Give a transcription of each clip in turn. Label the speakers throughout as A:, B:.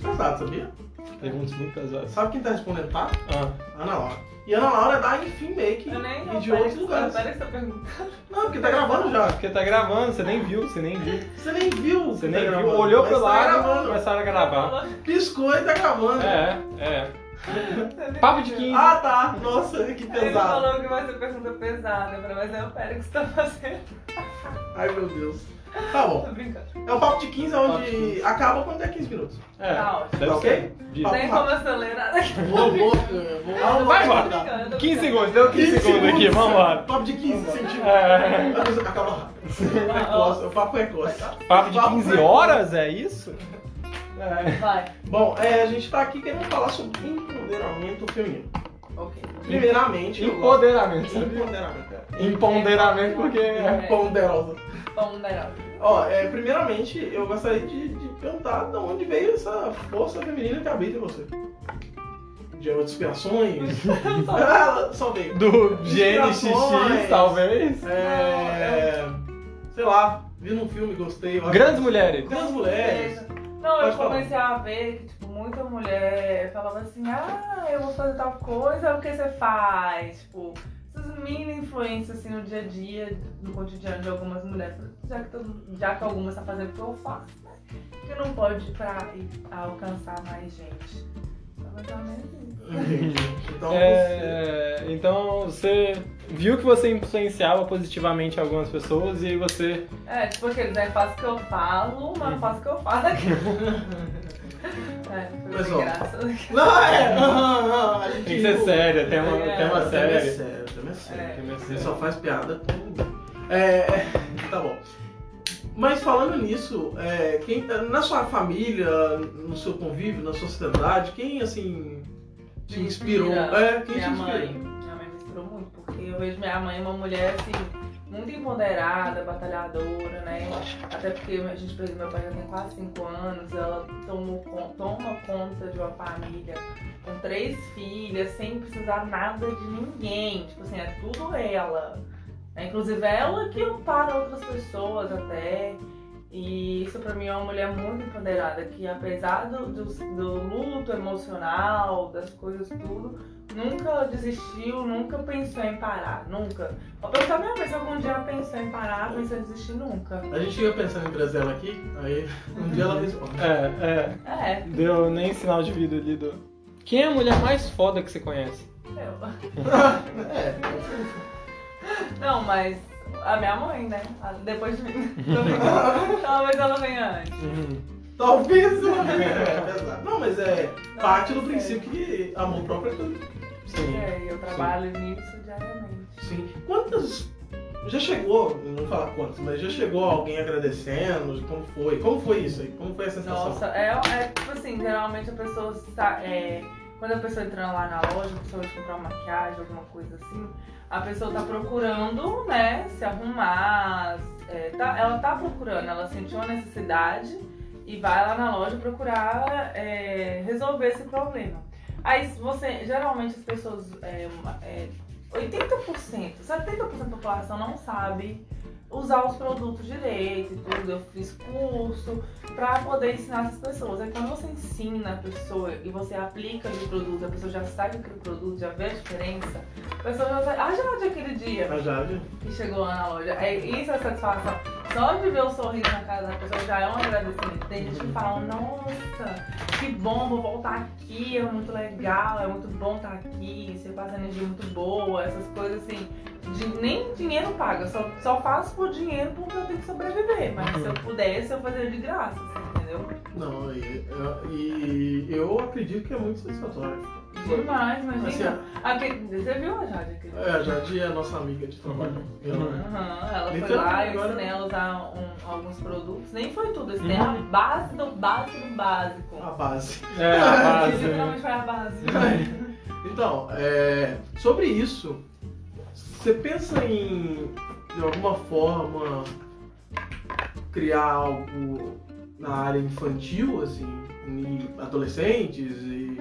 A: pesado, sabia?
B: Perguntas muito pesadas.
A: Sabe quem tá respondendo, tá?
B: Ah,
A: Ana Laura. E Ana Laura é da Enfim Make
C: Eu nem
A: e de outros lugares.
C: essa pergunta.
A: Não, porque tá gravando já.
B: porque tá gravando, você nem viu, você nem viu.
A: Você nem viu.
B: Você
A: que
B: nem
A: tá
B: viu,
A: gravando,
B: olhou
A: mas
B: pro
A: tá
B: lado,
A: gravando.
B: começaram a gravar.
A: Piscou e tá gravando.
B: É, é. Papo de 15.
A: Ah, tá. Nossa, que
C: Ele
A: pesado.
C: falou que vai ser pergunta pesada, eu falei, mas é o Pérez que tá fazendo.
A: Ai, meu Deus. Tá bom.
C: Tô brincando.
A: É o papo de 15
B: Papo
A: onde
B: de 15.
A: acaba quando é 15 minutos.
B: É,
C: Tá ótimo.
B: deve
A: Tá
B: ser. De-
A: Tá.
C: Nem como acelerar.
A: Vou, vou, eu vou.
B: Não, vai embora.
C: Tô brincando, tô
B: 15
C: brincando.
B: segundos, deu 15 segundos aqui, vamos lá.
A: Papo de 15 centímetros.
B: É.
A: Meu Deus, Acaba rápido. Precoce, o papo é precoce.
B: Papo de 15 horas, é isso? É.
C: Vai.
A: Bom, é, a gente tá aqui querendo falar sobre empoderamento feminino.
C: Ok.
A: Primeiramente, eu gosto-
B: Empoderamento, sabia?
A: Empoderamento. é.
B: Empoderamento, porque.
C: É.
A: Ponderosa.
C: Bom, Dairão.
A: Ó, é, primeiramente, eu gostaria de, de perguntar de onde veio essa força feminina que habita em você. Gerou inspirações? Ah, Só veio.
B: Do GNXX,
A: Inspirações.
B: talvez.
A: É, sei lá, vi num filme, gostei. eu acho-
B: Grandes mulheres.
A: Grandes mulheres.
C: Não,
A: Pode
C: eu
A: falar.
C: comecei a ver que, tipo, muita mulher falava assim, ah, eu vou fazer tal coisa, o que você faz? Tipo, essas mini influências, assim, no dia a dia, no cotidiano de algumas mulheres. Já que, todo- já que algumas tá fazendo o que eu faço, né? Que não pode ir pra ir alcançar mais gente. Então, mais ou menos isso.
A: Entendi. Então,
B: É, então você viu que você influenciava positivamente algumas pessoas e aí você.
C: É, tipo aqueles, né? Faço o que eu falo, mas não faço o que eu falo aqui. é, foi
A: Mas,
C: sem
A: ó,
C: graça.
A: você... Não, é! aham, aham, a gente
B: Tem que ser
A: viu.
B: séria, tem uma,
C: É,
B: tem uma
A: É, Também
B: série.
A: é sério, também é sério.
C: É.
B: Tem uma
A: Você
B: série.
A: só faz piada. É, tá bom. Mas falando nisso, é, quem, na sua família, no seu convívio, na sua sociedade, quem assim te
C: Me
A: inspirou?
C: inspira.
A: É, quem
C: minha
A: te inspirou?
C: mãe. Minha mãe me inspirou muito, porque eu vejo minha mãe uma mulher assim, muito empoderada, batalhadora, né? Até porque a gente perdeu meu pai já tem quase 5 anos, ela tomou, con- toma conta de uma família com três filhas, sem precisar nada de ninguém. Tipo assim, é tudo ela. né? Inclusive ela que ampara outras pessoas até. E isso pra mim é uma mulher muito empoderada, que apesar do, do, do luto emocional, das coisas tudo, nunca desistiu, nunca pensou em parar, nunca. Pode pensar minha vez, se algum dia ela pensou em parar, pensou em desistir, nunca.
A: A gente ia pensando em trazer ela aqui, aí um dia ela responde.
B: É,
C: É,
B: é. Deu nem sinal de vida ali do. Quem é a mulher mais foda que você conhece?
C: eu.
A: É.
C: Não, mas a minha mãe, né? A- Depois de mim. Tô brincando. Talvez ela venha antes.
B: Uhum.
A: Talvez. É, pesado. Não, mas é
C: Não,
A: parte do
C: é.
A: princípio que amor próprio é tudo.
B: Sim.
C: É, eu trabalho nisso diariamente.
A: Sim. Quantas. Já chegou, não vou falar quantas, mas já chegou alguém agradecendo? Como foi? Como foi isso aí? Como foi a sensação?
C: Nossa, é, é tipo assim, geralmente a pessoa está. é, quando a pessoa entra lá na loja, a pessoa vai comprar uma maquiagem, alguma coisa assim, a pessoa tá procurando, né, se arrumar. é, tá- ela tá procurando, ela sentiu uma necessidade e vai lá na loja procurar é, resolver esse problema. Aí você, geralmente as pessoas, é, uma- é, 80%, 70% da população não sabe usar os produtos direito e tudo. Eu fiz curso, pra poder ensinar essas pessoas. É quando você ensina a pessoa e você aplica o produto, a pessoa já sabe o que é o produto, já vê a diferença, a pessoa já sabe, ah, já era de aquele dia
A: A Jade.
C: que chegou lá na loja. É, isso é satisfação. Só de ver o sorriso na cara da pessoa já é um agradecimento. Tem gente que fala, nossa, que bom, vou voltar aqui, é muito legal, é muito bom estar aqui, você passa energia muito boa, essas coisas assim. De- nem dinheiro paga, só, só faço por dinheiro porque eu tenho que sobreviver. Mas se eu pudesse, eu fazer de graça, assim, entendeu?
A: Não, e, e- e eu acredito que é muito satisfatório.
C: Demais,
A: Assim,
C: imagina. Aquele- você viu a Jade aqui? né?
A: é, a Jade é a nossa amiga de trabalho. Eu não é.
C: Aham, ela foi
A: Literalmente,
C: lá, eu
A: agora-
C: ensinei ela a usar um- alguns produtos. Nem foi tudo, isso é a
B: Uhum.
C: base do básico do básico.
A: a Ah, base.
B: É, a
C: Que
B: base. né?
C: literalmente foi a base.
A: Então, é, sobre isso, você pensa em, de alguma forma, criar algo na área infantil, assim, em adolescentes e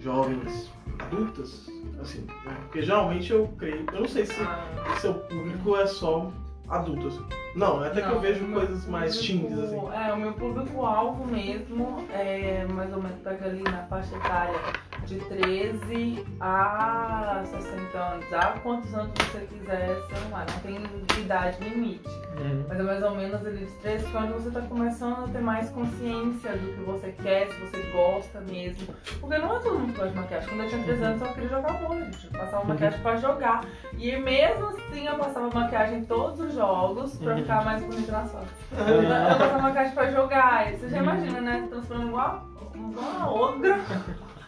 A: jovens adultas? Assim, né? Porque geralmente eu creio, eu não sei se
C: Ah,
A: seu público é só adulto, assim. Não, até que
C: Não,
A: eu vejo
C: o meu
A: coisas mais
C: público-
A: teens, assim.
C: É, o meu público-alvo mesmo é mais ou menos pega ali na faixa etária de 13 a 60 anos. Há quantos anos você quiser, sei lá, não tem idade limite.
B: Uhum.
C: Mas é mais ou menos ali de 13 para onde você tá começando a ter mais consciência do que você quer, se você gosta mesmo. Porque não é todo mundo que gosta de maquiagem. Quando eu tinha 13 anos, eu só queria jogar bola, gente. Eu passava
B: Uhum.
C: maquiagem pra jogar. E mesmo assim, eu passava maquiagem em todos os jogos pra
B: Uhum.
C: ficar mais bonita nas fotos. Eu
B: Ah.
C: passava maquiagem pra jogar. E você já
B: Uhum.
C: imagina, né? Transformando igual igual uma ogra.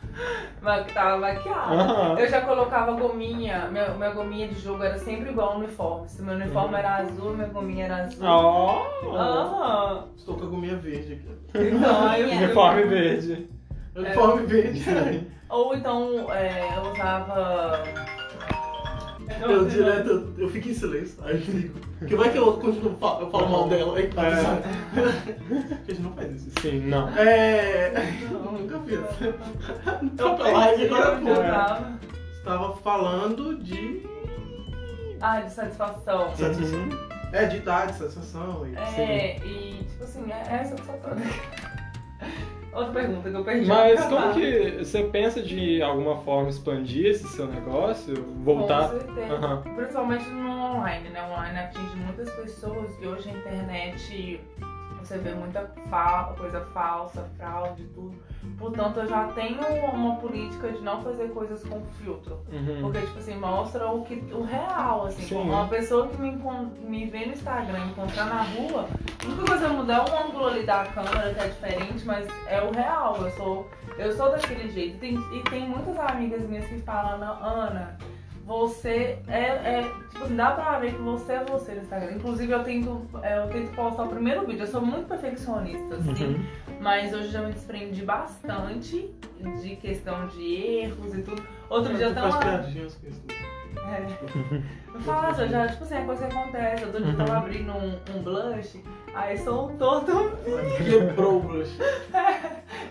C: Mas que tava maquiada.
B: Aham.
C: Eu já colocava gominha, minha, minha gominha de jogo era sempre igual ao uniforme. Se meu uniforme
B: Uhum.
C: era azul, minha gominha era azul.
B: Ó!
C: Ah,
A: Estou com a gominha verde aqui.
C: então, aí eu-
B: Uhum. Uniforme verde.
C: É.
A: Uniforme verde.
C: Ou então é, eu usava.
A: Eu direto, eu fico em silêncio, aí eu ligo. Porque vai que eu continuo fa- eu falo mal dela, aí
C: É.
A: tá. A gente não faz isso.
B: Sim, não.
A: É. Eu nunca fiz. Então,
C: É.
A: pra lá, e agora
C: Eu
A: pô.
C: usava.
A: Estava falando de.
C: Ah, de satisfação.
B: Uhum.
A: É, de idade, sensação. E...
C: É, e tipo assim, é essa só toda. Outra pergunta que eu perdi.
B: Mas
C: Acabava.
B: como que você pensa de alguma forma expandir esse seu negócio? Voltar?
C: Com certeza.
B: Aham.
C: Principalmente no online, né? O online atinge muitas pessoas e hoje a internet você vê muita fa- coisa falsa, fraude, tudo. Portanto, eu já tenho uma política de não fazer coisas com filtro.
B: Uhum.
C: Porque, tipo assim, mostra o, que, o real, assim.
B: Sim.
C: Uma pessoa que me, encon- me vê no Instagram, encontrar na rua, a única coisa que vai mudar é o ângulo ali da câmera, que é diferente, mas é o real. Eu sou, eu sou daquele jeito. Tem- e tem muitas amigas minhas que falam, "Não, Ana, você é, é- Tipo assim, dá pra ver que você é você no Instagram. Inclusive, eu tento, é, eu tento postar o primeiro vídeo. Eu sou muito perfeccionista, assim.
B: Uhum.
C: Mas hoje eu já me desprendi bastante de questão de erros e tudo.
B: É,
C: Outro dia eu
A: faz
C: tava.
A: piadinhas com isso.
C: É. Eu faço, eu já, tipo assim, é coisa que acontece. Outro dia eu tava abrindo um, um blush, aí soltou todo.
A: Quebrou o bruxo.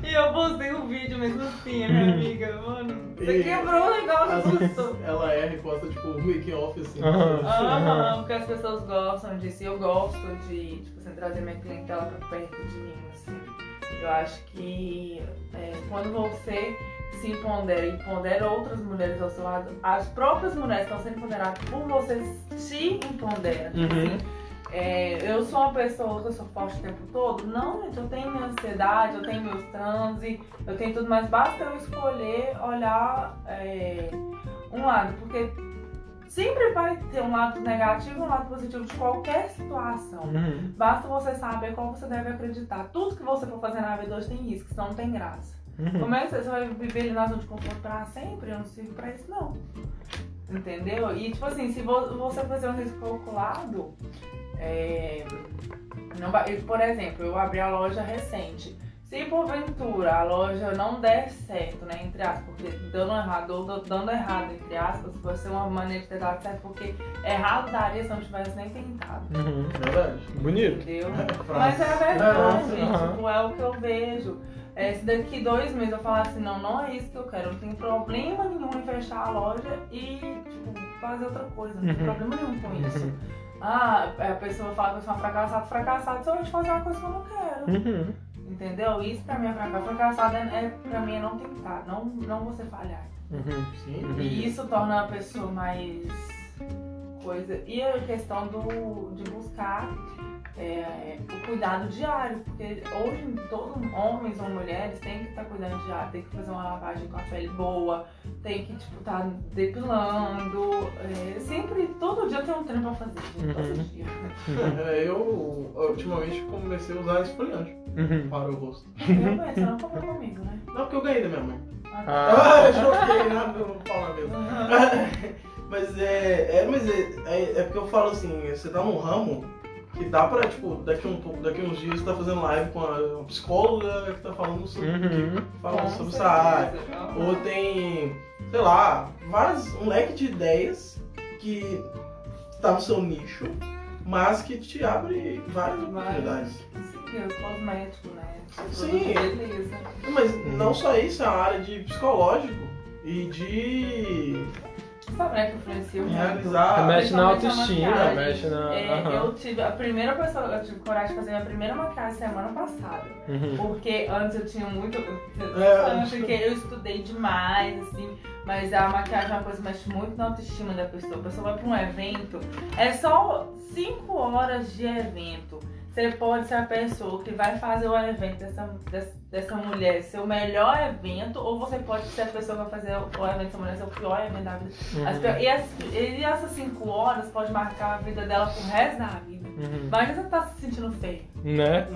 C: E eu postei um vídeo mesmo assim, a minha amiga, mano. Você
A: E-
C: quebrou o
A: Às
C: negócio,
A: vezes
C: assustou.
A: ela erra e posta tipo o making off assim.
B: Aham.
C: Ah, porque as pessoas gostam disso. E eu gosto de, tipo assim, trazer minha clientela pra perto de mim, assim. Eu acho que é, quando você se pondera e pondera outras mulheres ao seu lado, as próprias mulheres estão sendo ponderadas por você se impondera. Tipo
B: Uhum.
C: assim, é, eu sou uma pessoa que eu sou forte o tempo todo? Não, gente, eu tenho minha ansiedade, eu tenho meus transe, eu tenho tudo, mas basta eu escolher olhar é, um lado, porque sempre vai ter um lado negativo e um lado positivo de qualquer situação.
B: Uhum.
C: Basta você saber qual você deve acreditar. Tudo que você for fazer na vida hoje tem risco, senão não tem graça.
B: Uhum.
C: Como é que você você vai viver ali na zona de conforto pra sempre? Eu não sirvo pra isso, não. Entendeu? E, tipo assim, se vo- você fazer um risco calculado, é, não vai- eu, por exemplo, eu abri a loja recente. Se porventura a loja não der certo, né, entre aspas, porque dando errado ou do- dando errado, entre aspas, vai ser uma maneira de ter dado certo, porque errado daria se eu não tivesse nem tentado.
B: Uhum.
A: Verdade.
B: Bonito.
C: Entendeu? Mas
A: Frase.
C: é verdade,
B: É, aham.
C: tipo, é o que eu vejo. É, se daqui dois meses eu falar assim, não, não é isso que eu quero, não tem problema nenhum em fechar a loja e, tipo, fazer outra coisa, não tem
B: Uhum.
C: problema nenhum com isso. Ah, a pessoa fala que eu sou uma fracassada, fracassada se eu te fazer uma coisa que eu não quero.
B: Uhum.
C: Entendeu? Isso pra mim é fracassado. Fracassada é, é pra mim é não tentar, não, não você falhar.
B: Uhum.
A: Sim.
C: E isso torna a pessoa mais coisa. E a questão do, de buscar é, o cuidado diário, porque hoje todo, homens ou mulheres têm que estar cuidando diário, tem que fazer uma lavagem com a pele boa, tem que tipo estar depilando. é, sempre, todo dia tem um treino pra fazer, gente, todo
B: Uhum.
C: dia.
A: É, eu ultimamente comecei a usar esfoliante
B: Uhum.
A: para o rosto.
C: Realmente, você não comprou comigo, né?
A: Não, porque eu ganhei da minha mãe.
B: Ah.
A: Ah, joguei, não, não fala mesmo.
C: Uhum.
A: mas é, é, mas é, é, é porque eu falo assim, você tá num ramo que dá pra, tipo, daqui um pouco, daqui uns dias você tá fazendo live com a uma psicóloga que tá falando sobre,
B: Uhum.
A: que fala
C: Com
A: sobre
C: certeza.
A: essa área. Ou tem, sei lá, várias, um leque de ideias que tá no seu nicho, mas que te abre várias oportunidades.
C: Sim, é cosmético, né?
A: Sim.
C: Beleza.
A: Mas não só isso, é uma área de psicológico e de
C: sabe, né, que influencia muito.
A: Realizar.
B: mexe na
C: principalmente a
B: autoestima,
C: maquiagem.
B: mexe na.
C: É,
B: aham.
C: eu tive a primeira pessoa, eu tive coragem de fazer minha primeira maquiagem semana passada.
B: Uhum.
C: Porque antes eu tinha muito.
A: É.
C: Porque eu estudei demais, assim. Mas a maquiagem é uma coisa que mexe muito na autoestima da pessoa. A pessoa vai pra um evento, é só 5 horas de evento. Você pode ser a pessoa que vai fazer o evento dessa, des- dessa mulher, seu melhor evento, ou você pode ser a pessoa que vai fazer o evento dessa mulher, seu pior evento da vida. As
A: É.
B: Uhum.
C: pior- e, as- e essas 5 horas pode marcar a vida dela pro resto da vida.
B: Uhum.
C: Imagina você tá se sentindo feio.
B: Né?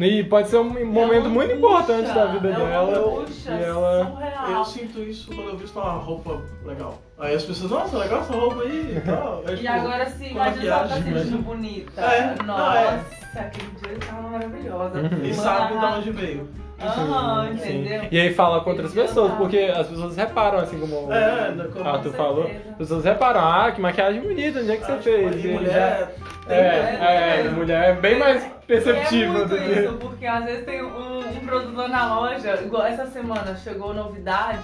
A: É.
B: E pode ser um momento
C: É uma
B: muito
C: angústia,
A: tá
B: importante da vida
C: é uma
B: dela.
C: angústia
B: e ela-
A: Eu
C: surreal.
A: sinto isso quando eu visto uma roupa legal. Aí as pessoas, nossa, legal essa roupa aí e tal. Aí,
C: E
A: tipo,
C: agora se
A: com
C: imagina se ela tá se
A: maquiagem,
C: sentindo bonita.
A: É, não, é.
C: Nossa, aquele dia eu tava maravilhosa.
B: Uhum.
A: E
C: Fulana
A: sabe de onde veio.
C: Aham,
B: Sim, sim.
C: entendeu?
B: E aí fala com outras
C: Entendeu?
B: pessoas,
C: Tá.
B: porque as pessoas reparam, assim como
A: É,
B: o
A: né, como-
B: Arthur
C: Com
B: falou.
C: certeza.
B: As pessoas reparam, ah, que maquiagem bonita, onde é que você
A: Ah, tipo,
B: fez?
A: aí
B: E já-
A: mulher. tem-
B: É, é,
C: né?
B: mulher é bem mais
C: é
B: perceptível
C: muito
B: do que.
C: isso, porque às vezes tem um, um produto lá na loja, igual essa semana chegou novidade,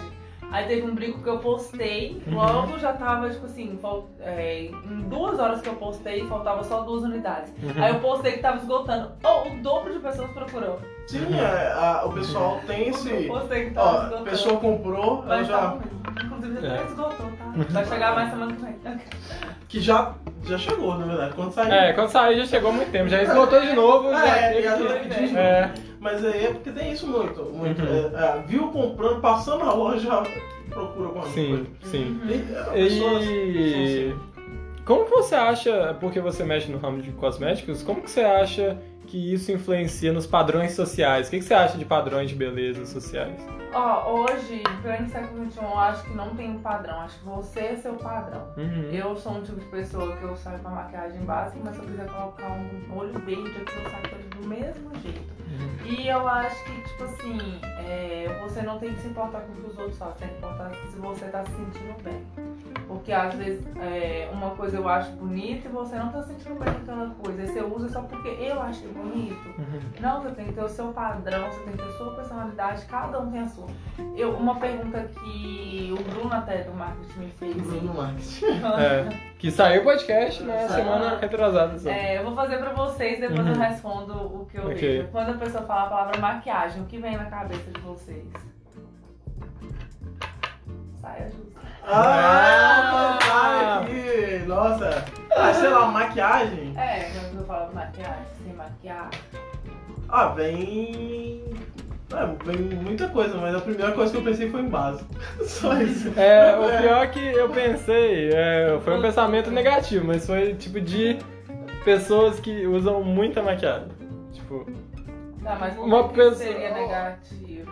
C: aí teve um brinco que eu postei, logo já tava, tipo assim, fal- é, em duas horas que eu postei, faltava só duas unidades. Aí eu postei que tava esgotando. Oh, o dobro de pessoas procurou.
A: Sim, é, a- o pessoal tem
C: Eu
A: esse.
C: postei que tava
A: Ó, a
C: esgotando.
A: pessoa comprou, ela
C: Então, Vai
A: já.
C: estar- Inclusive já
B: É.
C: até esgotou, tá? Vai chegar mais semana que vem.
A: Que já, já chegou, na verdade, quando saiu.
B: É, quando saiu já chegou há muito tempo, já esgotou de novo, já
A: É,
B: teve
A: já
B: que-
A: teve que-
B: É,
A: Mas aí é porque tem isso muito. muito
B: Uhum.
A: é, é, viu comprando, passando na loja, procura alguma coisa.
B: sim, sim.
C: Uhum.
A: E, é, pessoas assim.
B: E como que você acha, porque você mexe no ramo de cosméticos, como que você acha que isso influencia nos padrões sociais? O que, que você acha de padrões de beleza sociais?
C: Ó, hoje, pelo século XXI, eu acho que não tem um padrão. Acho que você é seu padrão.
B: Uhum.
C: Eu sou um tipo de pessoa que eu saio com a maquiagem básica, mas se eu quiser colocar um olho verde aqui, eu saio com ele do mesmo jeito.
B: Uhum.
C: E eu acho que, tipo assim, é, você não tem que se importar com o que os outros fazem, tem que importar se você tá se sentindo bem. Porque às vezes é, uma coisa eu acho bonita e você não tá se sentindo bem com aquela coisa. Aí você usa só porque eu achei bonito.
B: Uhum.
C: Não, você tem que ter o seu padrão, você tem que ter a sua personalidade, cada um tem a sua. Eu, uma pergunta que o Bruno até do marketing me fez.
B: Uhum.
C: assim,
A: Bruno Marques.
B: É, que saiu o podcast na
A: Saiu.
B: semana retrasada só.
C: É, eu vou fazer pra vocês, depois eu
B: Uhum.
C: respondo o que eu
B: Ok.
C: vejo. Quando a pessoa fala a palavra maquiagem, o que vem na cabeça de vocês? Saia justa.
A: Ah, ah, aqui. Nossa. Ah, sei lá, maquiagem.
C: É, quando eu falo maquiagem, sem maquiar.
A: Ah, vem. É, vem muita coisa, mas a primeira coisa que eu pensei foi em base. Só isso.
B: É, o pior que eu pensei, é, foi um pensamento negativo, mas foi tipo de pessoas que usam muita maquiagem. Tipo,
C: Tá, mas o
B: Uma
C: que
B: pessoa-
C: seria negativo?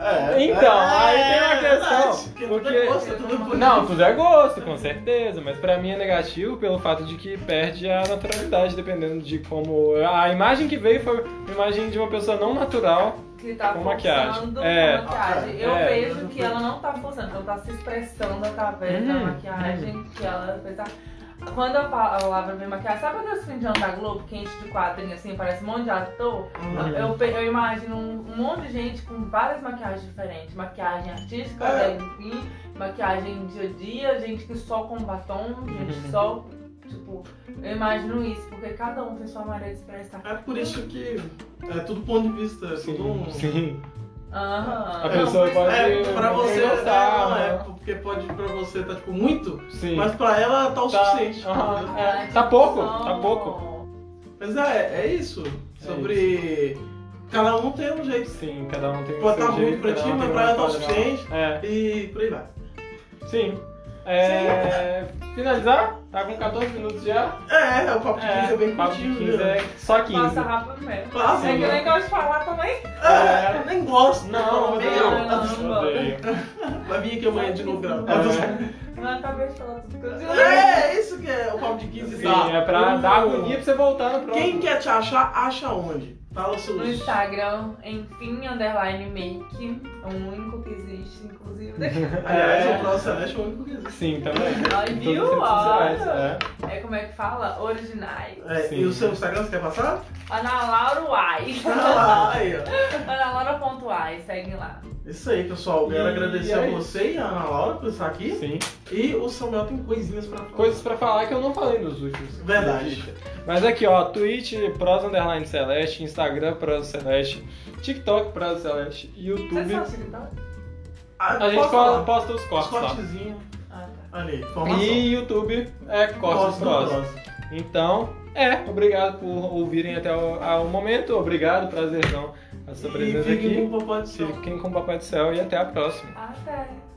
A: É,
B: Então, aí tem uma
A: verdade, porque
B: questão, porque-
A: tudo é gosto, tudo é bonito.
B: não, tudo é gosto, com certeza, mas pra mim é negativo pelo fato de que perde a naturalidade, dependendo de como. A imagem que veio foi uma imagem de uma pessoa não natural.
C: Que tá
B: Com
C: forçando
B: maquiagem.
C: a
B: É.
C: maquiagem. Eu
B: É.
C: vejo que ela não tá forçando, ela tá se expressando através da
B: Uhum.
C: maquiagem que ela fez. a- Quando eu falo a palavra vem maquiagem, sabe aqueles fim de ano da Globo que enche de quadrinho assim, parece um monte de ator?
A: Uhum.
C: Eu, pe- eu imagino um monte de gente com várias maquiagens diferentes. Maquiagem artística,
A: É.
C: enfim, maquiagem dia a dia, gente que só com batom, gente
B: Uhum.
C: só. Tipo, eu imagino isso, porque cada um tem sua maneira de expressar.
A: É por isso que é tudo ponto de vista, é tudo um.
B: sim. A
C: Aham. Não,
B: pessoa
C: por isso-
A: É, pra
B: Pode
A: você
B: gostar,
A: não é,
B: né?
A: porque pode pra você tá tipo muito,
B: sim.
A: mas pra ela tá o
B: Tá,
A: suficiente.
B: aham.
A: entendeu?
B: É, tá pouco, tá pouco.
A: Mas é, é isso. Sobre. Cada um tem um jeito.
B: Sim, cada um tem o
A: Pode
B: seu
A: tá
B: jeito,
A: ruim pra
B: cada
A: ti,
B: um
A: mas
B: tem
A: pra ela tá o
B: padrão.
A: suficiente.
B: É,
A: E por aí vai.
B: sim. É, finalizar? Tá com 14 minutos já?
A: É, o papo de 15 é bem
B: papo de
A: curtinho.
B: 15
A: né?
B: é só 15.
C: Passa rápido mesmo.
A: Passa,
C: é que eu
A: né?
C: nem gosto de falar também.
A: É, eu nem gosto.
B: Não,
A: nem
B: odeio.
C: não, não, não.
B: Odeio.
A: Vai vir aqui amanhã de novo gravar.
B: É.
C: Mas eu acabei de falar tudo que eu
A: É.
C: disse.
A: isso que é o papo de 15
B: Sim,
A: tá.
B: é pra
A: Eu-
B: dar agonia pra você voltar no próximo.
A: Quem quer te achar, acha onde? Fala seus.
C: No Instagram, enfim, underline make. É o único que existe, inclusive.
A: Aliás,
B: É.
A: o próximo Celeste é o único que existe.
B: Sim, também.
C: Ai,
B: Em todas as
C: viu?
B: redes sociais,
C: Olha.
B: é.
C: É como é que fala? Originais.
A: É,
B: Sim.
A: e o seu Instagram você quer passar?
C: Ana Laura Uai.
A: Ah, aí, ó.
C: Ana Laura.ai, seguem lá.
A: Isso aí, pessoal. Quero
B: E
A: agradecer
B: é
A: a
B: isso.
A: você e a Ana Laura por estar aqui.
B: Sim.
A: E o Samuel tem coisinhas pra falar.
B: Coisas pra falar que eu não falei nos últimos.
A: Verdade.
B: Mas aqui, ó, Twitch, Pros Underline Celeste, Instagram, Pros Celeste, TikTok, Pros Celeste,
C: Vocês
B: YouTube.
C: são TikTok?
B: A gente posta, posta os
A: os
B: cortes lá.
A: cortezinhos.
C: Ah, tá.
A: Ali, informação.
B: E YouTube é
A: Cortes
B: cortes
A: do
B: Pros.
A: Bros.
B: Então, é, obrigado por ouvirem até o, ao momento. Obrigado, prazerzão a sua
A: E
B: presença
A: fiquem
B: aqui.
A: com o Papai do Céu.
C: Ah,
B: Fiquem com o Papai do Céu e até a próxima.
C: Até.